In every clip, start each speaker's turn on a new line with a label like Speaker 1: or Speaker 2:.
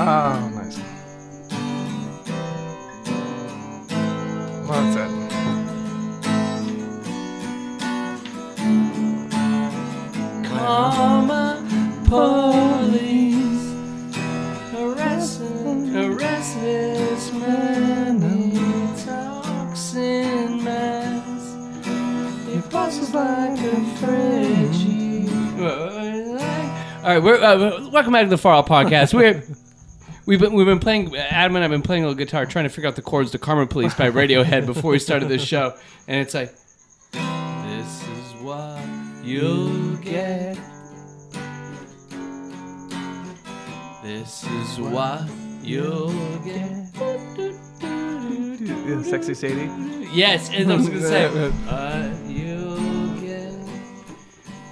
Speaker 1: Ah,
Speaker 2: Oh, nice. Well, that's it.
Speaker 3: Karma police harassing, harassing this man. He talks in mass. He passes like a fridge. All right, we're uh, we're- welcome back to the Far Out Podcast. We're we've been we've been playing. Adam and I've been playing a little guitar, trying to figure out the chords to Karma Police by Radiohead before we started this show, and it's like. This is what you'll get. This is what you'll get.
Speaker 1: Yeah, Sexy Sadie.
Speaker 3: Yes, and I was gonna say what you'll get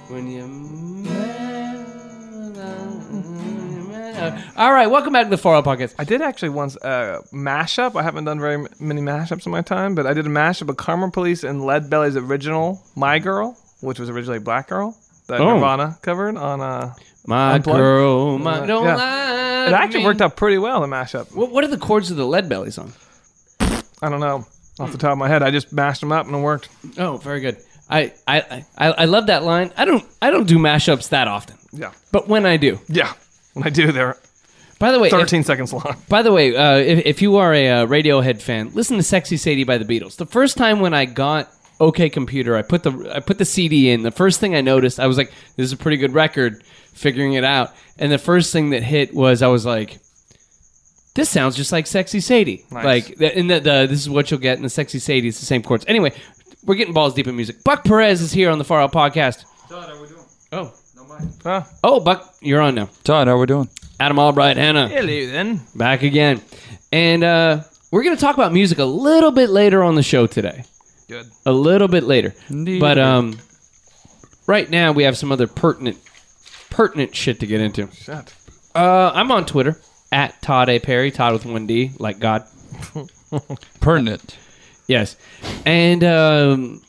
Speaker 3: when you. All right, welcome back to the Far Out Podcast.
Speaker 1: I did actually once a mashup. I haven't done very m- many mashups in my time, but I did a mashup of Karma Police and Lead Belly's original My Girl, which was originally Black Girl that
Speaker 3: Oh.
Speaker 1: Nirvana covered on. Uh,
Speaker 3: My
Speaker 1: Unplugged?
Speaker 3: girl, my don't
Speaker 1: Yeah.
Speaker 3: lie.
Speaker 1: it
Speaker 3: to
Speaker 1: actually
Speaker 3: me.
Speaker 1: worked out pretty well. The mashup.
Speaker 3: What, what are the chords of the Lead Belly song?
Speaker 1: I don't know off the top of my head. I just mashed them up and it worked.
Speaker 3: Oh, very good. I, I, I, I love that line. I don't I don't do mashups that often,
Speaker 1: Yeah,
Speaker 3: but when I do,
Speaker 1: yeah. When I do, they're
Speaker 3: by the way, if-
Speaker 1: 13 seconds long.
Speaker 3: by the way, uh, if, if you are a uh, Radiohead fan, listen to "Sexy Sadie" by the Beatles. The first time when I got OK Computer, I put the I put the CD in. The first thing I noticed, I was like, "This is a pretty good record." Figuring it out, and the first thing that hit was I was like. This sounds just like Sexy Sadie.
Speaker 1: Nice.
Speaker 3: Like, the, and the, the, this is what you'll get in the Sexy Sadie. It's the same chords. Anyway, we're getting balls deep in music. Buck Perez is here on the Far Out Podcast. Oh,
Speaker 1: Huh?
Speaker 3: oh, Buck, you're on now.
Speaker 4: Todd, how we doing?
Speaker 3: Adam Albright, Hannah,
Speaker 1: Hello then.
Speaker 3: back again, and uh, we're gonna talk about music a little bit later on the show today.
Speaker 1: Good.
Speaker 3: A little bit later,
Speaker 4: Indeed.
Speaker 3: but um, right now we have some other pertinent, pertinent shit to get into.
Speaker 1: Shit.
Speaker 3: Uh, I'm on Twitter at Todd A Perry, Todd with one D, like God.
Speaker 4: Pertinent.
Speaker 3: Yes, and um,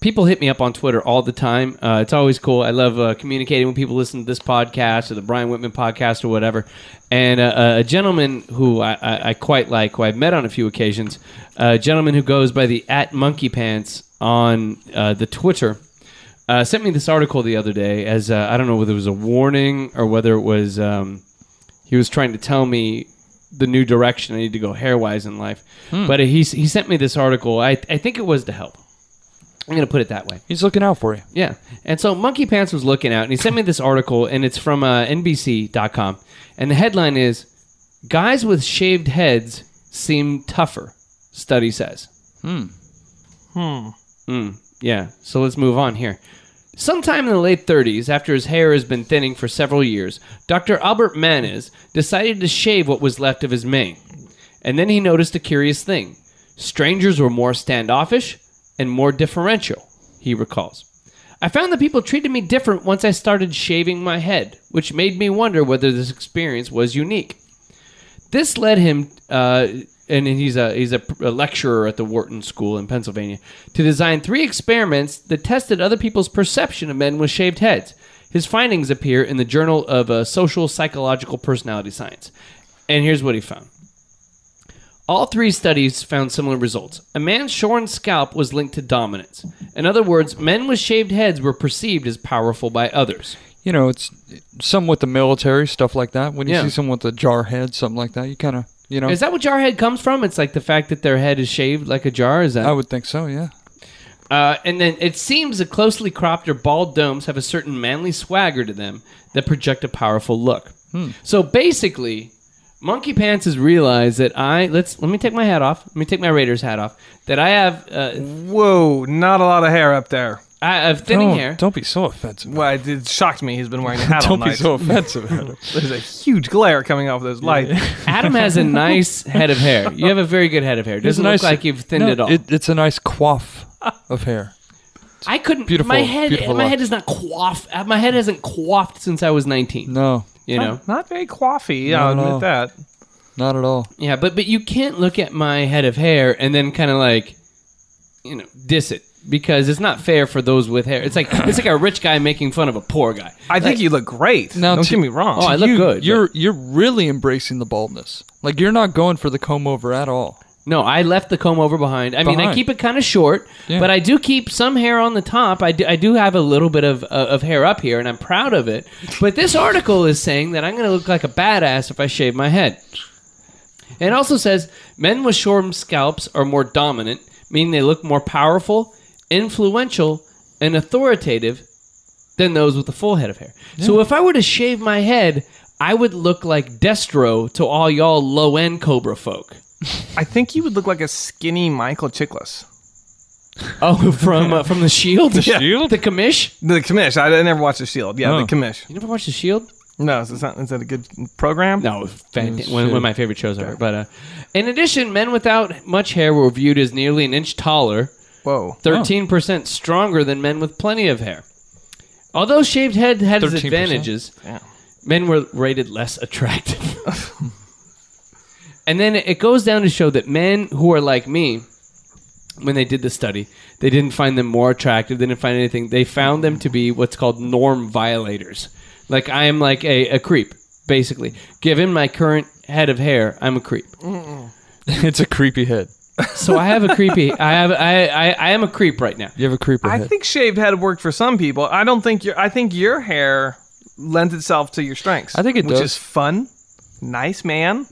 Speaker 3: people hit me up on Twitter all the time. Uh, it's always cool. I love uh, communicating when people listen to this podcast or the Brian Whitman podcast or whatever. And uh, a gentleman who I, I, I quite like, who I've met on a few occasions, a gentleman who goes by the at Monkey Pants on uh, the Twitter. Uh, sent me this article the other day as uh, I don't know whether it was a warning or whether it was um, he was trying to tell me the new direction I need to go hair wise in life. But he, he sent me this article. I, I think it was to help. I'm going to put it that way.
Speaker 4: He's looking out for you.
Speaker 3: Yeah. And so Monkey Pants was looking out and he sent me this article, and it's from uh, NBC.com. And the headline is Guys with shaved heads seem tougher, study says. Hmm. Hmm. Yeah. So let's move on here. Sometime in the late 30s, after his hair has been thinning for several years, Dr. Albert Manes decided to shave what was left of his mane. And then he noticed a curious thing strangers were more standoffish and more differential, he recalls. I found that people treated me different once I started shaving my head, which made me wonder whether this experience was unique. This led him, uh, and he's a he's a, a lecturer at the Wharton School in Pennsylvania, to design three experiments that tested other people's perception of men with shaved heads. His findings appear in the Journal of uh, Social Psychological Personality Science, and here's what he found. All three studies found similar results. A man's shorn scalp was linked to dominance. In other words, men with shaved heads were perceived as powerful by others.
Speaker 4: You know, it's some with the military stuff like that. When you
Speaker 3: Yeah.
Speaker 4: see someone with a jar head, something like that, you kind of, you know,
Speaker 3: Is that what jar head comes from? It's like the fact that their head is shaved like a jar. Is that?
Speaker 4: I would think so. Yeah.
Speaker 3: Uh, and then it seems that closely cropped or bald domes have a certain manly swagger to them that project a powerful look.
Speaker 4: Hmm.
Speaker 3: So basically, Monkey Pants has realized that I let's let me take my hat off. Let me take my Raiders hat off. That I have uh,
Speaker 1: Whoa, not a lot of hair up there.
Speaker 3: I have thinning
Speaker 4: don't,
Speaker 3: hair.
Speaker 4: Oh, Don't be so offensive.
Speaker 1: Well, it- it shocked me. He's been wearing a hat all
Speaker 4: Don't be
Speaker 1: night.
Speaker 4: so offensive. Adam.
Speaker 1: There's a huge glare coming off those lights.
Speaker 3: Adam has a nice head of hair. You have a very good head of hair. It doesn't look like you've thinned
Speaker 4: no,
Speaker 3: it all.
Speaker 4: it's a nice coif of hair.
Speaker 3: I couldn't.
Speaker 4: beautiful-
Speaker 3: my head.
Speaker 4: beautiful
Speaker 3: my
Speaker 4: look.
Speaker 3: head is not coiffed. My head hasn't coiffed since I was nineteen.
Speaker 4: No,
Speaker 3: You know.
Speaker 1: Not very coffee, I'll
Speaker 4: No,
Speaker 1: admit
Speaker 4: no.
Speaker 1: that.
Speaker 4: not at all.
Speaker 3: Yeah, but but you can't look at my head of hair and then kind of like, you know, diss it. because it's not fair for those with hair. It's like it's like a rich guy making fun of a poor guy.
Speaker 1: I think you look great.
Speaker 4: Now
Speaker 1: Don't
Speaker 4: to-
Speaker 1: get me wrong.
Speaker 3: Oh, I look
Speaker 4: you,
Speaker 3: good.
Speaker 4: You're you're really embracing the baldness. Like you're not going for the comb over at all.
Speaker 3: No, I left the comb over behind. I mean, I
Speaker 4: Behind.
Speaker 3: keep it kind of short,
Speaker 4: Yeah.
Speaker 3: but I do keep some hair on the top. I do, I do have a little bit of, uh, of hair up here, and I'm proud of it. But this article is saying that I'm going to look like a badass if I shave my head. And it also says men with short scalps are more dominant, meaning they look more powerful, influential, and authoritative than those with a full head of hair. So if I were to shave my head, I would look like Destro to all y'all low end Cobra folk.
Speaker 1: I think you would look like a skinny Michael Chiklis.
Speaker 3: Oh, from uh, from the Shield. The
Speaker 4: Shield?
Speaker 3: The Commish.
Speaker 1: The commish. I never watched The Shield. Yeah, the
Speaker 4: Oh.
Speaker 1: commish.
Speaker 3: You never watched the Shield?
Speaker 1: No, is, that, is that a good program?
Speaker 3: No, it was fant- one, one of my favorite shows ever. But uh, in addition, men without much hair were viewed as nearly an inch taller,
Speaker 1: Whoa.
Speaker 3: thirteen percent stronger than men with plenty of hair. Although shaved head had its
Speaker 4: 13%?
Speaker 3: advantages,
Speaker 1: Yeah.
Speaker 3: men were rated less attractive. and then it goes down to show that men who are like me, when they did the study, they didn't find them more attractive. They didn't find anything. They found them to be what's called norm violators. Like I am like a, a creep, basically. Given my current head of hair, I'm a creep.
Speaker 4: it's a creepy head.
Speaker 3: So I have a creepy. I have. I. I, I am a creep right now.
Speaker 4: You have a creeper
Speaker 1: I
Speaker 4: head.
Speaker 1: think shaved head worked for some people. I don't think your. I think your hair lends itself to your strengths.
Speaker 4: I think it
Speaker 1: which
Speaker 4: does. Hmm.
Speaker 1: is fun, nice man,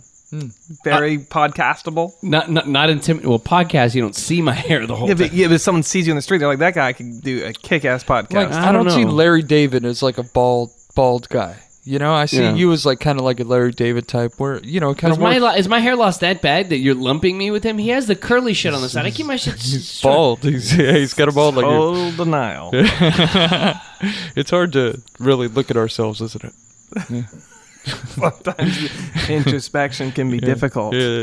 Speaker 1: very podcastable.
Speaker 3: Not not not intimidating. Well, podcast, you don't see my hair the whole
Speaker 1: Yeah,
Speaker 3: time.
Speaker 1: but, yeah, but someone sees you on the street, they're like, "That guy could do a kick-ass podcast."
Speaker 4: like
Speaker 3: I
Speaker 4: I,
Speaker 3: don't
Speaker 4: don't, see
Speaker 3: know.
Speaker 4: Larry David as like a bald bald guy. You know, I see
Speaker 3: Yeah.
Speaker 4: you as like kind of like a Larry David type, where you know, kind
Speaker 3: Is
Speaker 4: of
Speaker 3: my,
Speaker 4: more
Speaker 3: lo- is my hair lost that bad that you're lumping me with him? He has the curly shit on the side. I keep my shit s-
Speaker 4: bald. He's, yeah, he's got a bald like. you.
Speaker 1: Total denial.
Speaker 4: It's hard to really look at ourselves, isn't it?
Speaker 1: Sometimes introspection can be difficult.
Speaker 4: Yeah,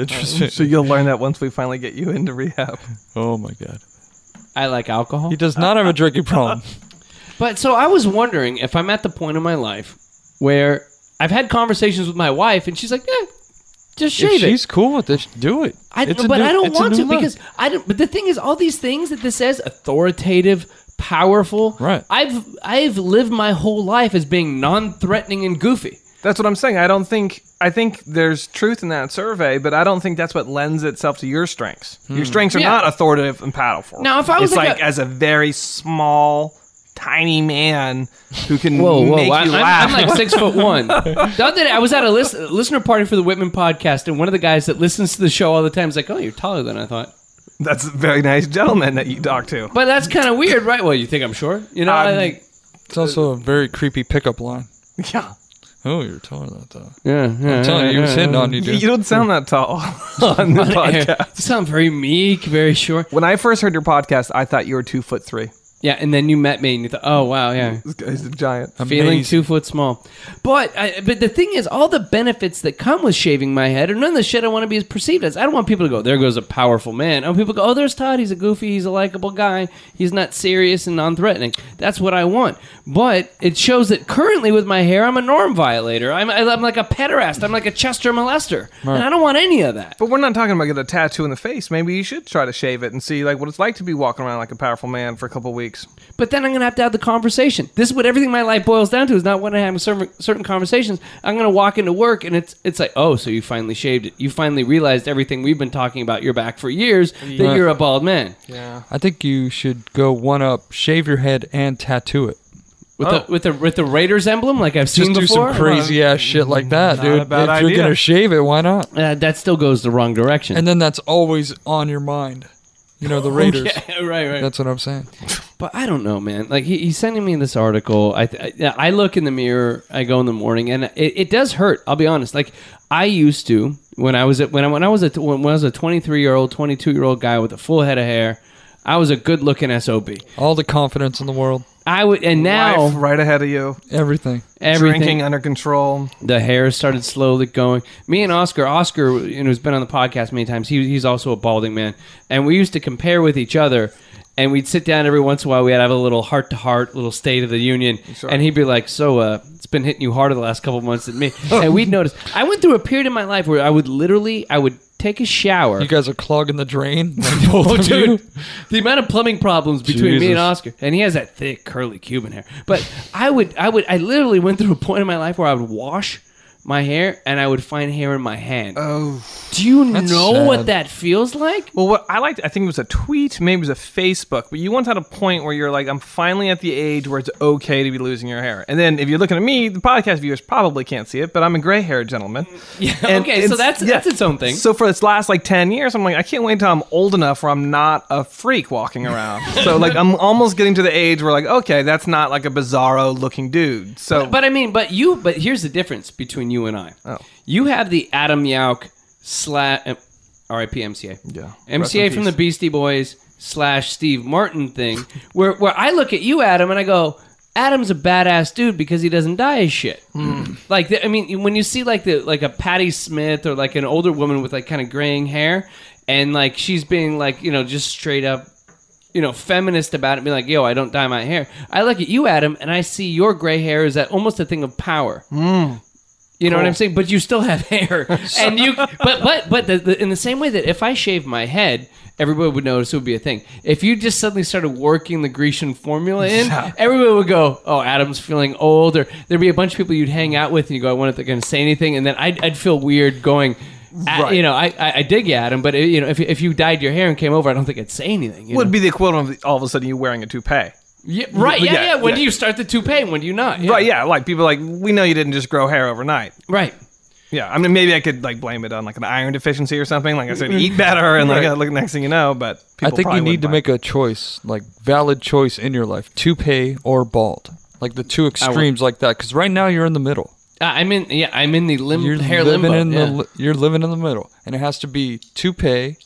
Speaker 4: interesting.
Speaker 1: So you'll learn that once we finally get you into rehab.
Speaker 4: Oh my god,
Speaker 3: I like alcohol.
Speaker 4: he does not have a drinking
Speaker 3: Uh,
Speaker 4: problem.
Speaker 3: But so I was wondering if I'm at the point in my life where I've had conversations with my wife, and she's like, "Yeah, just
Speaker 4: If
Speaker 3: shave it."
Speaker 4: she's cool with this, do it.
Speaker 3: I,
Speaker 4: It's a
Speaker 3: but
Speaker 4: new-
Speaker 3: I don't
Speaker 4: it's a
Speaker 3: want
Speaker 4: new
Speaker 3: to
Speaker 4: look.
Speaker 3: because I don't. But the thing is, all these things that this says authoritative, powerful.
Speaker 4: Right.
Speaker 3: I've I've lived my whole life as being non-threatening and goofy.
Speaker 1: That's what I'm saying. I don't think I think there's truth in that survey, but I don't think that's what lends itself to your strengths.
Speaker 4: Hmm.
Speaker 1: Your strengths are
Speaker 3: Yeah.
Speaker 1: not authoritative and powerful.
Speaker 3: Now, if I was
Speaker 1: it's
Speaker 3: like
Speaker 1: like,
Speaker 3: a-
Speaker 1: as a very small, tiny man who can make
Speaker 3: I,
Speaker 1: you
Speaker 3: am
Speaker 1: laugh.
Speaker 3: like six foot one. The other day, I was at a list, listener party for the Whitman podcast, and one of the guys that listens to the show all the time is like, "Oh, you're taller than I thought."
Speaker 1: that's a very nice gentleman that you talk to.
Speaker 3: But that's kind of weird, right? Well, you think I'm short? You know, I
Speaker 1: Um,
Speaker 3: like
Speaker 4: It's also a very creepy pickup line.
Speaker 1: Yeah,
Speaker 4: Oh, you're telling that though.
Speaker 3: yeah, yeah.
Speaker 4: I'm telling you, he was hitting on you, dude.
Speaker 1: you don't sound that tall on the podcast.
Speaker 3: You sound very meek, very short.
Speaker 1: When I first heard your podcast, I thought you were two foot three.
Speaker 3: Yeah, and then you met me, and you thought, "Oh, wow, yeah."
Speaker 1: This guy's a giant.
Speaker 3: Feeling
Speaker 4: Amazing.
Speaker 3: two foot small, but I, but the thing is, all the benefits that come with shaving my head are none of the shit I want to be perceived as. I don't want people to go, "There goes a powerful man." I want people to go, "Oh, there's Todd. He's a goofy. He's a likable guy. He's not serious and non-threatening." That's what I want. But it shows that currently with my hair, I'm a norm violator. I'm I'm like a pederast. I'm like a Chester molester, and I don't want any of that.
Speaker 1: But we're not talking about getting a tattoo in the face. Maybe you should try to shave it and see like what it's like to be walking around like a powerful man for a couple weeks.
Speaker 3: But then I'm going to have to have the conversation. This is what everything my life boils down to is not when I have certain, certain conversations. I'm going to walk into work and it's it's like, oh, so you finally shaved it. You finally realized everything we've been talking about your back for years that you're a bald man
Speaker 1: Yeah.
Speaker 4: I think you should go one up, shave your head, and tattoo it.
Speaker 3: with the with the with the Raiders emblem like I've
Speaker 4: Oh. Just
Speaker 3: seen
Speaker 4: do
Speaker 3: before.
Speaker 4: some crazy ass shit like that, dude.
Speaker 1: a bad
Speaker 4: if you're
Speaker 1: idea.
Speaker 4: gonna shave it, why not?
Speaker 3: Uh, that still goes the wrong direction.
Speaker 4: And then that's always on your mind. You know, the Raiders.
Speaker 3: yeah, right, right.
Speaker 4: That's what I'm saying.
Speaker 3: But I don't know, man. Like he, he's sending me this article. I, th- I I look in the mirror. I go in the morning, and it, it does hurt. I'll be honest. Like I used to when I was a, when I when I was a when I was a twenty three year old, twenty two year old guy with a full head of hair. I was a good looking sob.
Speaker 4: All the confidence in the world,
Speaker 3: I would, and now
Speaker 1: Life right ahead of you.
Speaker 4: everything.
Speaker 3: everything
Speaker 1: Drinking under control.
Speaker 3: the hair started slowly going. Me and Oscar, Oscar, you know, has been on the podcast many times. He, he's also a balding man, and we used to compare with each other. And we'd sit down every once in a while. We'd have a little heart to heart, little State of the Union, and he'd be like, "So, uh, it's been hitting you harder the last couple months than me." and we'd notice. I went through a period in my life where I would literally, I would take a shower.
Speaker 4: You guys are clogging the drain. Like, both
Speaker 3: Oh,
Speaker 4: of you.
Speaker 3: dude, the amount of plumbing problems between me and
Speaker 5: Jesus.
Speaker 3: Oscar, and he has that thick, curly Cuban hair. But I would, I would, I literally went through a point in my life where I would wash my hair and I would find hair in my hand.
Speaker 1: Oh.
Speaker 3: Do you know
Speaker 4: that's
Speaker 3: what
Speaker 4: sad.
Speaker 3: that feels like?
Speaker 1: Well, what I liked, I think it was a tweet, maybe it was a Facebook, but you once had a point where you're like, I'm finally at the age where it's okay to be losing your hair. And then if you're looking at me, the podcast viewers probably can't see it, but I'm a gray haired gentleman. Yeah.
Speaker 3: okay, so that's- that's its own thing.
Speaker 1: So for its last like 10 years, I'm like, I can't wait until I'm old enough where I'm not a freak walking around. so like, I'm almost getting to the age where like, okay, that's not like a bizarro looking dude. So,
Speaker 3: But I mean, but you, but here's the difference between you and I.
Speaker 1: Oh.
Speaker 3: You have the Adam Yauch uh, slash R.I.P. MCA.
Speaker 1: Yeah. Rest in
Speaker 3: MCA from the
Speaker 1: peace.
Speaker 3: Beastie Boys slash Steve Martin thing, where where I look at you, Adam, and I go, Adam's a badass dude because he doesn't die as shit.
Speaker 1: Hmm.
Speaker 3: Like the, I mean, when you see like the like a Patti Smith or like an older woman with like kind of graying hair, and like she's being like you know just straight up you know, feminist about it, be like, yo, I don't dye my hair. I look at you, Adam, and I see your gray hair is at almost a thing of power. You know what I'm saying? But you still have hair, and you. But but but the, the, in the same way that if I shave my head, everybody would notice it would be a thing. If you just suddenly started working the Grecian formula in, everybody would go, "Oh, Adam's feeling old." Or there'd be a bunch of people you'd hang out with, and you go, "I wonder if they're going to say anything," and then I'd, I'd feel weird going. "Ah,
Speaker 1: Right.
Speaker 3: You know, I, I I dig you, Adam, but you know, if, if you dyed your hair and came over, I don't think I'd say anything. you know?
Speaker 1: would be the equivalent of all of a sudden you wearing a toupee.
Speaker 3: Yeah, right. Yeah,
Speaker 1: yeah,
Speaker 3: yeah. When
Speaker 1: yeah.
Speaker 3: do you start the toupee? and When do you not? Yeah.
Speaker 1: Right. Yeah. Like people like, we know you didn't just grow hair overnight.
Speaker 3: Right.
Speaker 1: Yeah, I mean, maybe I could like blame it on like an iron deficiency or something. Like I said, eat better, and like
Speaker 3: Right.
Speaker 1: uh, look, next thing you know, but
Speaker 4: I
Speaker 1: people
Speaker 4: think
Speaker 1: probably
Speaker 4: you need to
Speaker 1: wouldn't
Speaker 4: make a choice, like valid choice in your life, toupee or bald, like the two extremes like that. Because right now you're in the middle.
Speaker 3: Uh, I'm in. Yeah, I'm in the lim-
Speaker 4: You're
Speaker 3: hair
Speaker 4: living
Speaker 3: limbo.
Speaker 4: in
Speaker 3: yeah.
Speaker 4: the li- you're living in the middle, and it has to be toupee,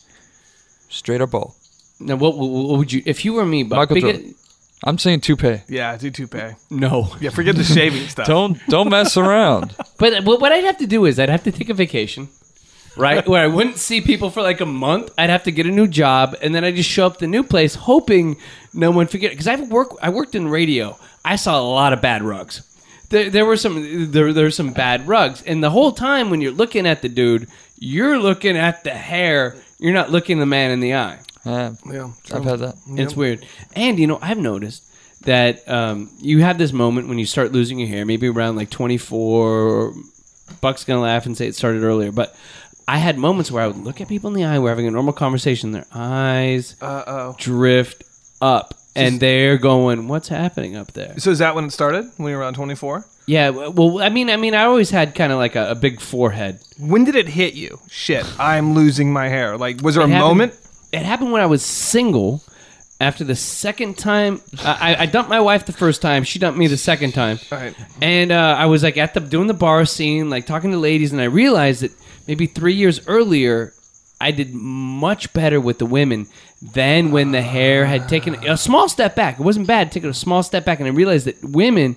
Speaker 4: straight up bald.
Speaker 3: now, what, what, what would you? If you were me, Buck,
Speaker 4: Michael
Speaker 3: because-
Speaker 4: Jordan. I'm saying toupee.
Speaker 1: buy. Yeah, do toupee.
Speaker 3: no.
Speaker 1: Yeah, forget the shaving stuff.
Speaker 4: Don't don't mess around.
Speaker 3: But what what I'd have to do is I'd have to take a vacation, right? Where I wouldn't see people for like a month. I'd have to get a new job, and then I just show up at the new place, hoping no one forget. Because I've worked, I worked in radio. I saw a lot of bad rugs. There, there were some, there, there were some bad rugs, and the whole time when you're looking at the dude, you're looking at the hair. You're not looking the man in the eye.
Speaker 4: Yeah,
Speaker 1: Yeah,
Speaker 4: I've had that.
Speaker 3: It's weird. And you know, I've noticed that um, you have this moment when you start losing your hair, maybe around like 24. Buck's gonna laugh and say it started earlier, but I had moments where I would look at people in the eye, we're having a normal conversation, their eyes
Speaker 1: Uh oh.
Speaker 3: drift up, and they're going, "What's happening up there?"
Speaker 1: So is that when it started? When you were around twenty four?
Speaker 3: Yeah. Well, I mean, I mean, I always had kind of like a, a big forehead.
Speaker 1: When did it hit you? Shit, I'm losing my hair. Like, was there a
Speaker 3: It happened-
Speaker 1: moment?
Speaker 3: It happened when I was single. After the second time, I, I- I dumped my wife the first time. She dumped me the second time.
Speaker 1: Right.
Speaker 3: And uh, I was like at the doing the bar scene, like talking to ladies, and I realized that maybe three years earlier, I did much better with the women than when the hair had taken a small step back. It wasn't bad, taking a small step back, and I realized that women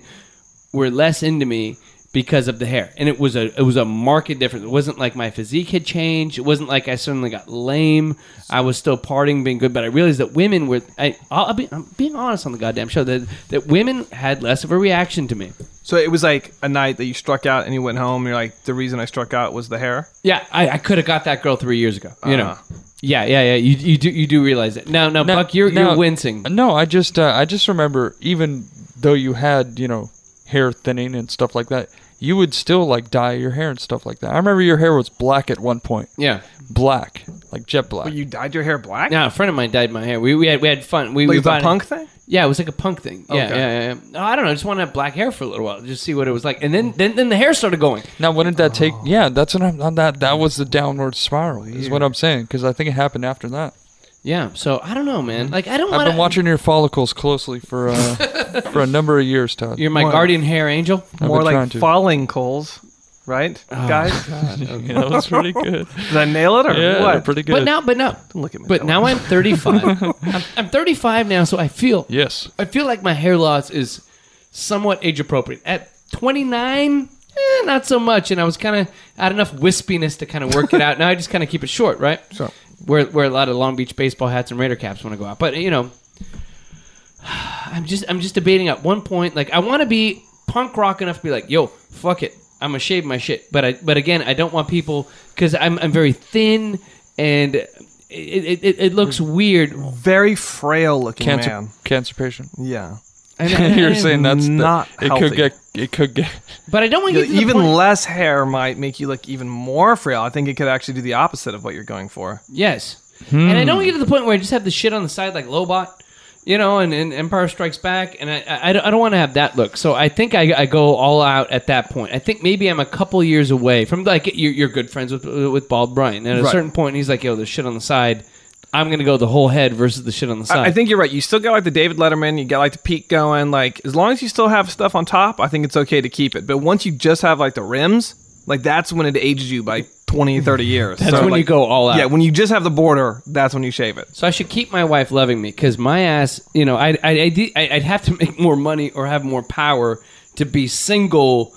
Speaker 3: were less into me because of the hair, and it was a it was a marked difference. It wasn't like my physique had changed. It wasn't like I suddenly got lame. I was still partying, being good, but I realized that women were. I, I'll, I'll be, I'm being honest on the goddamn show that that women had less of a reaction to me.
Speaker 1: So it was like a night that you struck out and you went home. And you're like, the reason I struck out was the hair.
Speaker 3: Yeah, I, I could have got that girl three years ago. You know.
Speaker 1: Uh-huh.
Speaker 3: Yeah, yeah, yeah. You, you do you do realize it now? Now,
Speaker 4: No,
Speaker 3: Buck, you're
Speaker 4: no,
Speaker 3: you're wincing.
Speaker 4: No, I just uh, I just remember even though you had you know hair thinning and stuff like that, you would still like dye your hair and stuff like that. I remember your hair was black at one point,
Speaker 3: Yeah.
Speaker 4: black like jet black.
Speaker 1: But you dyed your hair black.
Speaker 3: Now a friend of mine dyed my hair. We, we had we had fun. We
Speaker 1: Like
Speaker 3: we
Speaker 1: it's a
Speaker 3: bought it-
Speaker 1: punk thing.
Speaker 3: Yeah, it was like a punk thing. Yeah,
Speaker 1: Okay.
Speaker 3: yeah, yeah. yeah. No, I don't know. I just wanted to have black hair for a little while, just see what it was like, and then then, then the hair started going.
Speaker 4: Now, wouldn't that take?
Speaker 3: Oh.
Speaker 4: Yeah, that's what I'm. on That that was the downward spiral, is what I'm saying. Because I think it happened after that.
Speaker 3: Yeah. So I don't know, man. Like I don't.
Speaker 4: I've
Speaker 3: wanna,
Speaker 4: been watching your follicles closely for uh, for a number of years, Todd.
Speaker 3: You're my
Speaker 1: What?
Speaker 3: guardian hair angel.
Speaker 4: I've
Speaker 1: More
Speaker 4: been
Speaker 1: like
Speaker 4: trying to. Oh,
Speaker 1: falling coals, right, guys?
Speaker 4: Yeah, that was pretty good.
Speaker 1: Did I nail it or
Speaker 4: Yeah,
Speaker 1: what?
Speaker 4: pretty good.
Speaker 3: But now, but no.
Speaker 1: Don't look at me.
Speaker 3: But now I'm 35. I'm, I'm 35 now, so I feel
Speaker 4: yes,
Speaker 3: I feel like my hair loss is somewhat age appropriate. At 29, eh, not so much, and I was kind of had enough wispiness to kind of work it out. Now I just kind of keep it short, right?
Speaker 1: Sure.
Speaker 3: Wear wear a lot of Long Beach baseball hats and Raider caps when I go out, but you know, I'm just I'm just debating at one point. Like I want to be punk rock enough to be like, yo, fuck it. I'm gonna shave my shit. But I but again, I don't want people because I'm I'm very thin and it it, it, it looks weird.
Speaker 1: Very frail looking
Speaker 4: Cancer,
Speaker 1: man.
Speaker 4: cancer patient.
Speaker 1: Yeah.
Speaker 3: And I-
Speaker 4: You're
Speaker 3: I-
Speaker 4: saying that's the-
Speaker 1: not
Speaker 4: it
Speaker 1: healthy.
Speaker 4: could get it could get
Speaker 3: but I don't want to get to the
Speaker 1: even
Speaker 3: point-
Speaker 1: less hair might make you look even more frail. I think it could actually do the opposite of what you're going for.
Speaker 3: Yes. And I
Speaker 1: Hmm.
Speaker 3: don't get to the point where I just have the shit on the side like Lobot, you know, and, and Empire Strikes Back, and I I, I don't, want to have that look. So I think I, I go all out at that point. I think maybe I'm a couple years away from like you're, you're good friends with with Bald Brian. At a
Speaker 1: Right.
Speaker 3: certain point, he's like, "Yo, there's shit on the side. I'm gonna go the whole head versus the shit on the side."
Speaker 1: I, I think you're right. You still got like the David Letterman, you got like the peak going. Like as long as you still have stuff on top, I think it's okay to keep it. But once you just have like the rims, like that's when it ages you by 20, 30 years.
Speaker 3: Hmm. That's when you
Speaker 1: like,
Speaker 3: go all out.
Speaker 1: Yeah, when you just have the border, that's when you shave it.
Speaker 3: So I should keep my wife loving me because my ass, you know, I, I, I, de- I- I'd have to make more money or have more power to be single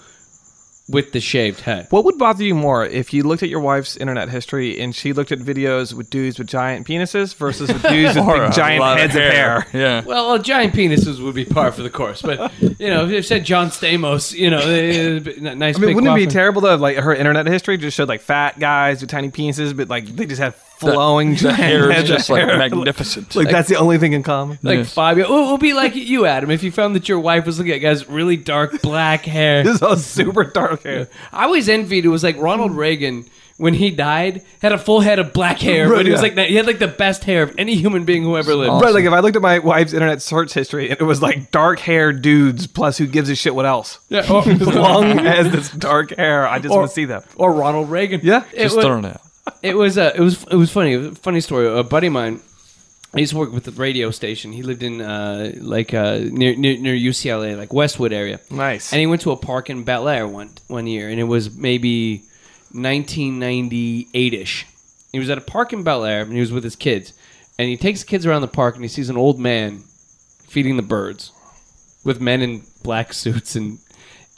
Speaker 3: with the shaved head.
Speaker 1: What would bother you more if you looked at your wife's internet history and she looked at videos with dudes with giant penises versus with dudes with big giant heads of hair?
Speaker 4: Yeah.
Speaker 3: Well, uh, giant penises would be par for the course, but you know, if you said John Stamos, you know, uh, uh, nice.
Speaker 1: I mean,
Speaker 3: big
Speaker 1: wouldn't it be
Speaker 3: whopper.
Speaker 1: terrible to have, like her internet history just showed like fat guys with tiny penises, but like they just had flowing
Speaker 4: The
Speaker 1: giant
Speaker 4: hair is
Speaker 1: heads of
Speaker 4: just like
Speaker 1: hair.
Speaker 4: magnificent.
Speaker 1: Like, that's the only thing in common.
Speaker 3: Like
Speaker 4: Yes.
Speaker 3: five years. Oh, it would be like you, Adam, if you found that your wife was looking at guys with really dark black hair.
Speaker 1: This is all super dark hair.
Speaker 3: I always envied it was like Ronald Reagan when he died had a full head of black hair,
Speaker 1: Right,
Speaker 3: but he was
Speaker 1: yeah.
Speaker 3: like that. He had like the best hair of any human being who ever lived.
Speaker 1: Right, like if I looked at my wife's internet search history, and it was like dark hair dudes plus who gives a shit what else.
Speaker 3: Yeah, or,
Speaker 1: As long as this dark hair, I just want to see that.
Speaker 3: or Ronald Reagan.
Speaker 1: Yeah,
Speaker 3: it
Speaker 4: just
Speaker 3: was,
Speaker 4: throwing it out.
Speaker 3: it was uh, it was it was funny. It was a funny story. A buddy of mine, I used to work with the radio station. He lived in uh, like uh, near, near near UCLA, like Westwood area.
Speaker 1: Nice.
Speaker 3: And he went to a park in Bel Air one one year, and it was maybe 1998 ish. He was at a park in Bel Air, and he was with his kids. And he takes the kids around the park, and he sees an old man feeding the birds with men in black suits and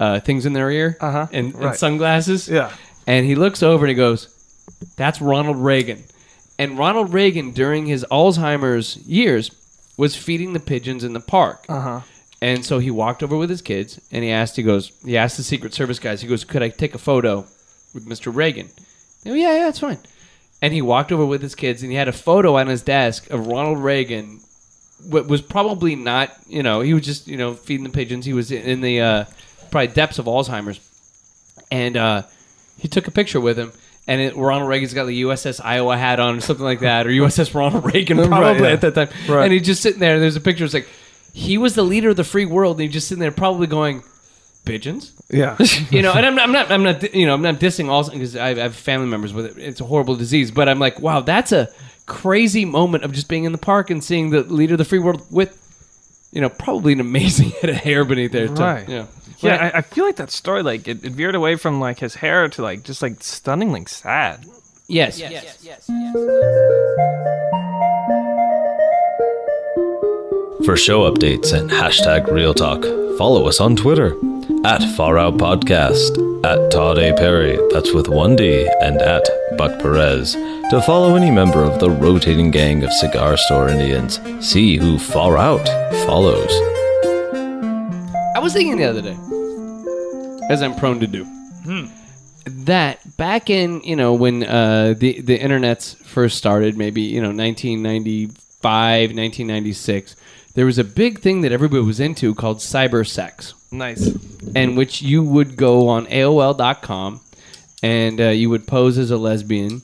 Speaker 3: uh, things in their ear
Speaker 1: Uh-huh,
Speaker 3: and, and
Speaker 1: right.
Speaker 3: sunglasses.
Speaker 1: Yeah.
Speaker 3: And he looks over and he goes, That's Ronald Reagan. And Ronald Reagan, during his Alzheimer's years, was feeding the pigeons in the park. Uh-huh. And so he walked over with his kids and he asked, he goes, he asked the Secret Service guys, he goes, Could I take a photo with Mr. Reagan? They go, yeah, yeah, that's fine. And he walked over with his kids and he had a photo on his desk of Ronald Reagan what was probably not you know he was just you know feeding the pigeons he was in the uh, probably depths of alzheimer's and uh, he took a picture with him and it, ronald reagan's got the uss iowa hat on or something like that or uss ronald reagan probably
Speaker 1: yeah.
Speaker 3: at that time
Speaker 4: Right.
Speaker 3: and he's just sitting there and there's a picture it's like he was the leader of the free world and he's just sitting there probably going pigeons
Speaker 1: yeah.
Speaker 3: you know, and I'm, I'm not, I'm not, you know, I'm not dissing all because I have family members with it. It's a horrible disease, but I'm like, wow, that's a crazy moment of just being in the park and seeing the leader of the free world with, you know, probably an amazing head of hair beneath there. Too.
Speaker 1: Right.
Speaker 3: Yeah. When
Speaker 1: Yeah, I, I feel like that story, like it, it veered away from like his hair to like just like stunningly sad.
Speaker 3: Yes.
Speaker 5: For show updates and hashtag Real Talk, follow us on Twitter at Far Out Podcast, at Todd A. Perry, that's with 1D, and at Buck Perez. To follow any member of the rotating gang of Cigar Store Indians, see who Far Out follows.
Speaker 3: I was thinking the other day, as I'm prone to do, that back in you know when uh, the the internet's first started, maybe you know 1995, 1996, there was a big thing that everybody was into called cyber sex.
Speaker 1: Nice.
Speaker 3: and which you would go on AOL.com and uh, you would pose as a lesbian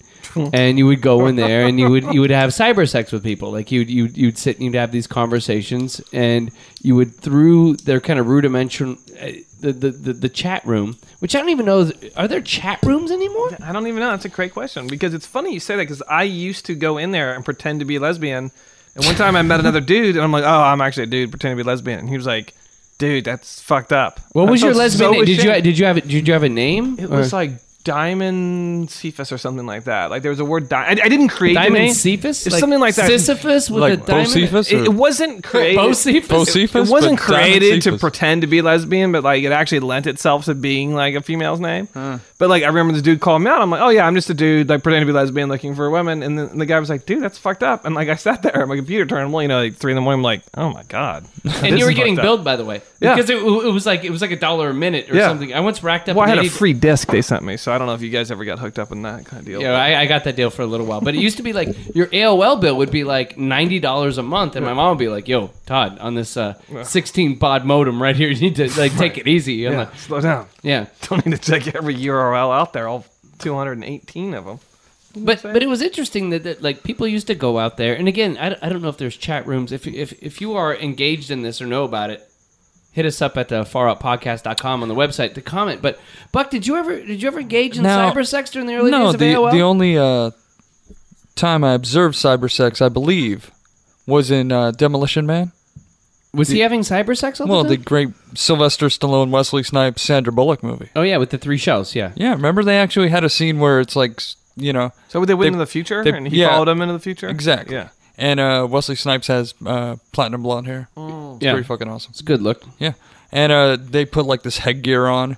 Speaker 3: and you would go in there and you would you would have cyber sex with people like you'd you'd, you'd sit and you'd have these conversations and you would through their kind of rudimentary uh, the, the, the the chat room which I don't even know is- are there chat rooms anymore
Speaker 1: I don't even know. That's a great question because it's funny you say that because I used to go in there and pretend to be lesbian. And one time I met another dude and I'm like, oh, I'm actually a dude pretending to be lesbian. And he was like, dude, that's fucked up.
Speaker 3: what
Speaker 1: I
Speaker 3: was your
Speaker 1: felt
Speaker 3: lesbian
Speaker 1: so
Speaker 3: name? did you
Speaker 1: ashamed.
Speaker 3: did you have did you have a name
Speaker 1: It
Speaker 3: Or-
Speaker 1: was like Diamond Cephas or something like that. Like there was a word. Di- I, I didn't create the name.
Speaker 3: Diamond Cephas?
Speaker 1: It's something like that.
Speaker 3: Sisyphus with
Speaker 4: Like
Speaker 3: a diamond?
Speaker 4: Bocephus?
Speaker 1: It,
Speaker 4: or-
Speaker 1: it wasn't created.
Speaker 3: Bocephus?
Speaker 4: Bocephus,
Speaker 1: It wasn't
Speaker 4: but Diamond
Speaker 1: created to
Speaker 4: Cephas.
Speaker 1: pretend to be lesbian, but like it actually lent itself to being like a female's name. But like I remember this dude called me out. I'm like, oh yeah, I'm just a dude like pretending to be lesbian looking for women. And then the guy was like, dude, that's fucked up. And like I sat there at my computer, turned on, you know, like three in the morning. I'm like, oh my god.
Speaker 3: And
Speaker 1: This
Speaker 3: you were
Speaker 1: is
Speaker 3: getting
Speaker 1: fucked up.
Speaker 3: billed, by the way,
Speaker 1: Yeah.
Speaker 3: because it, it was like it was like a dollar a minute or
Speaker 1: Yeah.
Speaker 3: something. I once racked up.
Speaker 1: Well, I had a
Speaker 3: 80
Speaker 1: free disc they sent me, so I don't know if you guys ever got hooked up in that kind of deal.
Speaker 3: Yeah, I, I got that deal for a little while, but it used to be like your AOL bill would be like ninety dollars a month, and my mom would be like, "Yo, Todd, on this uh, sixteen baud modem right here, you need to like take it easy." I'm
Speaker 1: Yeah,
Speaker 3: like,
Speaker 1: slow down.
Speaker 3: yeah.
Speaker 1: Don't need to check every URL out there. All 218 of them.
Speaker 3: but but it was interesting that, that like people used to go out there and again I, don't- I don't know if there's chat rooms if, if if you are engaged in this or know about it hit us up at the faroutpodcast.com on the website to comment but buck did you ever did you ever engage in
Speaker 4: Now-
Speaker 3: cyber sex during the early
Speaker 4: no,
Speaker 3: days of
Speaker 4: the
Speaker 3: AOL
Speaker 4: the only uh, time I observed cyber sex, I believe, was in uh, Demolition Man.
Speaker 3: was he having cyber sex
Speaker 1: Oh,
Speaker 3: all
Speaker 4: Well,
Speaker 3: the
Speaker 4: the
Speaker 3: time
Speaker 4: great Sylvester Stallone, Wesley Snipes, Sandra Bullock movie.
Speaker 3: oh yeah with the three shells yeah
Speaker 4: Yeah, remember they actually had a scene where it's like, s- you know,
Speaker 1: So would they win
Speaker 4: They-
Speaker 1: into the future?
Speaker 4: they-
Speaker 1: and he
Speaker 4: yeah.
Speaker 1: followed them into the future?
Speaker 4: exactly.
Speaker 1: Yeah.
Speaker 4: And uh, Wesley Snipes has uh, platinum blonde hair. It's
Speaker 1: Oh.
Speaker 3: yeah
Speaker 4: pretty fucking awesome.
Speaker 3: it's a good look
Speaker 4: Yeah. And uh, they put like this headgear on,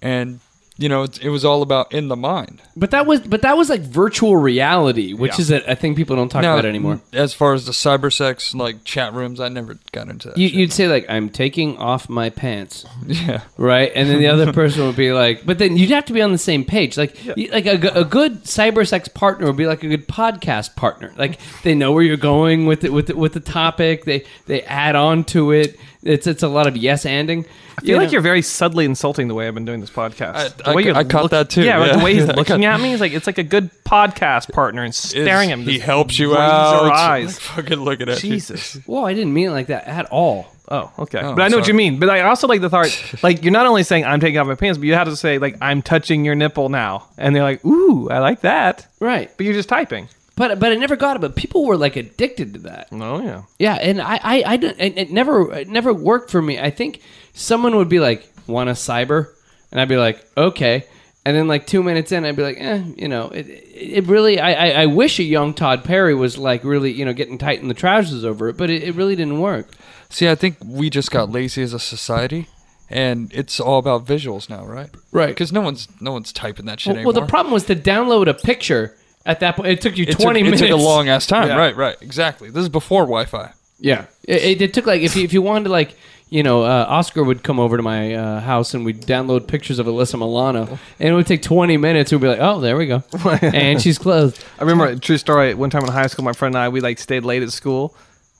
Speaker 4: and you know, it, it was all about in the mind.
Speaker 3: but that was but that was like virtual reality which
Speaker 1: Yeah.
Speaker 3: is a, a thing people don't talk
Speaker 4: Now,
Speaker 3: about anymore
Speaker 4: As far as the cyber sex like chat rooms, I never got into that.
Speaker 3: you,
Speaker 4: shit.
Speaker 3: you'd say like i'm taking off my pants
Speaker 4: yeah.
Speaker 3: right? And then the other person would be like, but then you'd have to be on the same page. Like, you- like a, g- a good cyber sex partner would be like a good podcast partner. Like they know where you're going with it, with it, with the topic. They they add on to it. It's it's a lot of yes anding.
Speaker 1: I feel like you're very subtly insulting the way I've been doing this podcast.
Speaker 4: I-
Speaker 1: The
Speaker 4: I
Speaker 1: way
Speaker 4: ca-
Speaker 1: you're
Speaker 4: I caught that too,
Speaker 1: Yeah, but
Speaker 4: yeah.
Speaker 1: the way he's
Speaker 4: I
Speaker 1: looking
Speaker 4: caught-
Speaker 1: at me, he's like it's like a good podcast partner and staring at him.
Speaker 4: He
Speaker 1: just
Speaker 4: helps you
Speaker 1: raises
Speaker 4: out.
Speaker 1: Our eyes.
Speaker 4: Fucking looking at
Speaker 1: Jesus.
Speaker 3: Whoa, I didn't mean it like that at all.
Speaker 1: Oh, okay.
Speaker 4: Oh,
Speaker 1: but I know what
Speaker 4: sorry.
Speaker 1: you mean. But I also like the thought, like you're not only saying I'm taking off my pants, but you have to say like I'm touching your nipple now, and they're like, ooh, I like that.
Speaker 3: Right,
Speaker 1: But you're just typing.
Speaker 3: but but I never got it. But people were like addicted to that.
Speaker 1: Oh yeah.
Speaker 3: Yeah, and I, I, I don't, it, it never, it never worked for me. I think someone would be like, "Want a cyber?" and I'd be like, "Okay," and then like two minutes in, I'd be like, "Eh, you know, it, it it really." I, I, I wish a young Todd Perry was like really, you know, getting tight in the trousers over it, but it, it really didn't work.
Speaker 4: See, I think we just got lazy as a society, and it's all about visuals now, right?
Speaker 3: Right.
Speaker 4: Because no one's no one's typing that shit
Speaker 3: Well,
Speaker 4: anymore.
Speaker 3: the problem was to download a picture at that point. It took you
Speaker 4: it
Speaker 3: twenty
Speaker 4: took,
Speaker 3: minutes.
Speaker 4: It took a long ass time.
Speaker 1: Yeah.
Speaker 4: Right. Right. Exactly. This is before Wi-Fi.
Speaker 3: Yeah, it, it, it took like if you, if you wanted to like you know uh, Oscar would come over to my uh, house and we'd download pictures of Alyssa Milano and it would take twenty minutes. We'd be like, oh, there we go, and she's clothed.
Speaker 1: I remember a true story. One time in high school, my friend and I we like stayed late at school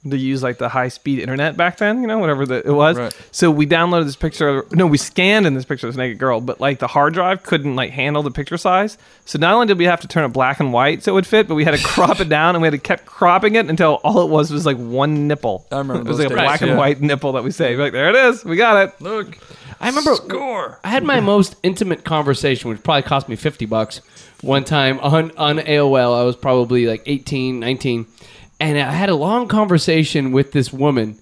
Speaker 1: to use like the high speed internet back then, you know, whatever the, it was.
Speaker 4: Right.
Speaker 1: So we downloaded this picture. No, we scanned in this picture of this naked girl, but like the hard drive couldn't like handle the picture size. So not only did we have to turn it black and white so it would fit, but we had to crop it down and we had to kept cropping it until all it was was like one nipple.
Speaker 4: I remember
Speaker 1: it was
Speaker 4: those
Speaker 1: like a
Speaker 4: days,
Speaker 1: black
Speaker 4: yeah.
Speaker 1: and white nipple that we saved. Like there it is, we got it.
Speaker 4: Look.
Speaker 3: I remember
Speaker 4: Score.
Speaker 3: I had my most intimate conversation, which probably cost me 50 bucks one time on, on AOL. I was probably like 18, 19. And I had a long conversation with this woman.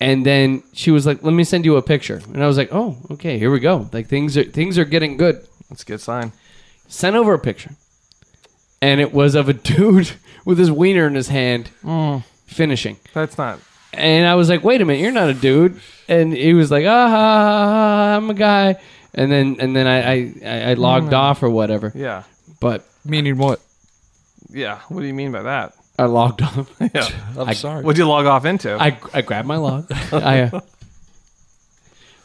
Speaker 3: And then she was like, let me send you a picture. And I was like, oh, okay, here we go. Like things are, things are getting good.
Speaker 1: That's a good sign.
Speaker 3: sent over a picture, and it was of a dude with his wiener in his hand finishing.
Speaker 1: That's not.
Speaker 3: And I was like, "Wait a minute, you're not a dude." And he was like, "Ah, ha, ha, ha, I'm a guy." And then and then I I, I- I logged off or whatever.
Speaker 1: Yeah,
Speaker 3: But
Speaker 4: Meaning what?
Speaker 1: yeah. What do you mean by that?
Speaker 3: I logged off.
Speaker 1: Yeah.
Speaker 4: I'm sorry.
Speaker 1: What'd you log off into?
Speaker 3: I I grabbed my log. I, uh,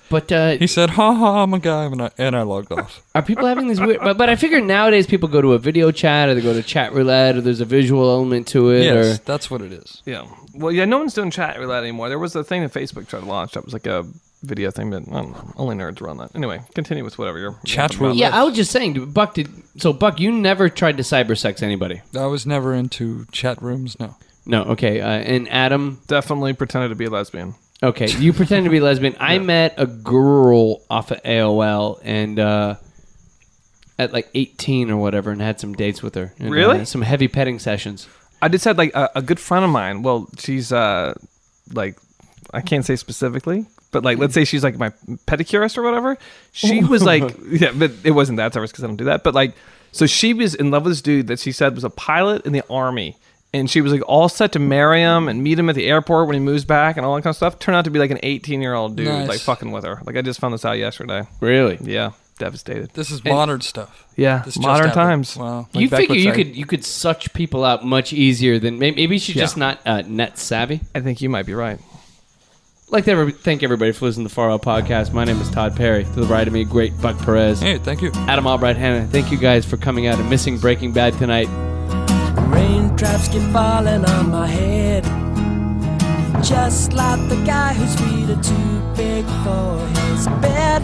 Speaker 3: but uh,
Speaker 4: He said, "Ha ha, I'm a guy," and I, and I logged off.
Speaker 3: Are people having these weird? But, but I figure nowadays people go to a video chat or they go to chat roulette or there's a visual element to it.
Speaker 4: yes,
Speaker 3: Or,
Speaker 4: that's what it is.
Speaker 1: Yeah. Well, yeah, no one's doing chat roulette anymore. There was a thing that Facebook tried to launch that was like a video thing, but I don't know. Only nerds run that. Anyway, continue with whatever you're.
Speaker 4: Chat roulette.
Speaker 3: yeah, I was just saying, Buck did. So Buck, you never tried to cyber sex anybody.
Speaker 4: I was never into chat rooms. No.
Speaker 3: No, okay. Uh, and Adam,
Speaker 1: Definitely pretended to be a lesbian.
Speaker 3: okay, you pretend to be lesbian. I met a girl off of AOL and uh, at like 18 or whatever, and had some dates with her. and,
Speaker 1: Really?
Speaker 3: uh, some heavy petting sessions.
Speaker 1: I just had like a, a good friend of mine. Well, she's uh, like I can't say specifically, but like let's say she's like my pedicurist or whatever. She was like, yeah, but it wasn't that service because I don't do that. But like, so she was in love with this dude that she said was a pilot in the army. And she was like all set to marry him and meet him at the airport when he moves back and all that kind of stuff. Turned out to be like an 18 year old dude,
Speaker 4: Nice.
Speaker 1: like fucking with her. Like I just found this out yesterday.
Speaker 3: Really?
Speaker 1: Yeah, devastated.
Speaker 4: This is modern stuff.
Speaker 1: Yeah,
Speaker 4: This just
Speaker 1: modern
Speaker 4: happened.
Speaker 1: times.
Speaker 4: Wow.
Speaker 3: you
Speaker 4: back
Speaker 3: figure
Speaker 4: with
Speaker 3: you
Speaker 4: Zane.
Speaker 3: could you could such people out much easier than maybe, maybe she's
Speaker 1: Yeah.
Speaker 3: just not uh, net savvy.
Speaker 1: I think you might be right.
Speaker 3: Like to ever, thank everybody for listening to the Far Out Podcast. My name is Todd Perry. To the right of me, great Buck Perez,
Speaker 4: Hey, thank you.
Speaker 3: Adam Albright, Hannah. Thank you guys for coming out and missing Breaking Bad tonight.
Speaker 6: Raindrops keep falling on my head. Just like the guy whose feet are too big for his bed.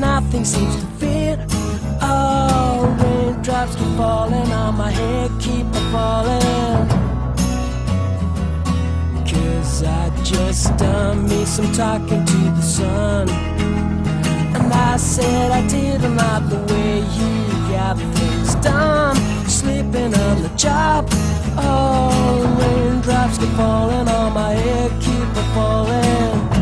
Speaker 6: Nothing seems to fit. Oh, raindrops keep falling on my head, keep a falling. Cause I just done me some talking to the sun. And I said I didn't like the way you got things done. Sleeping on the job. Oh, raindrops keep falling on my head, keep a falling.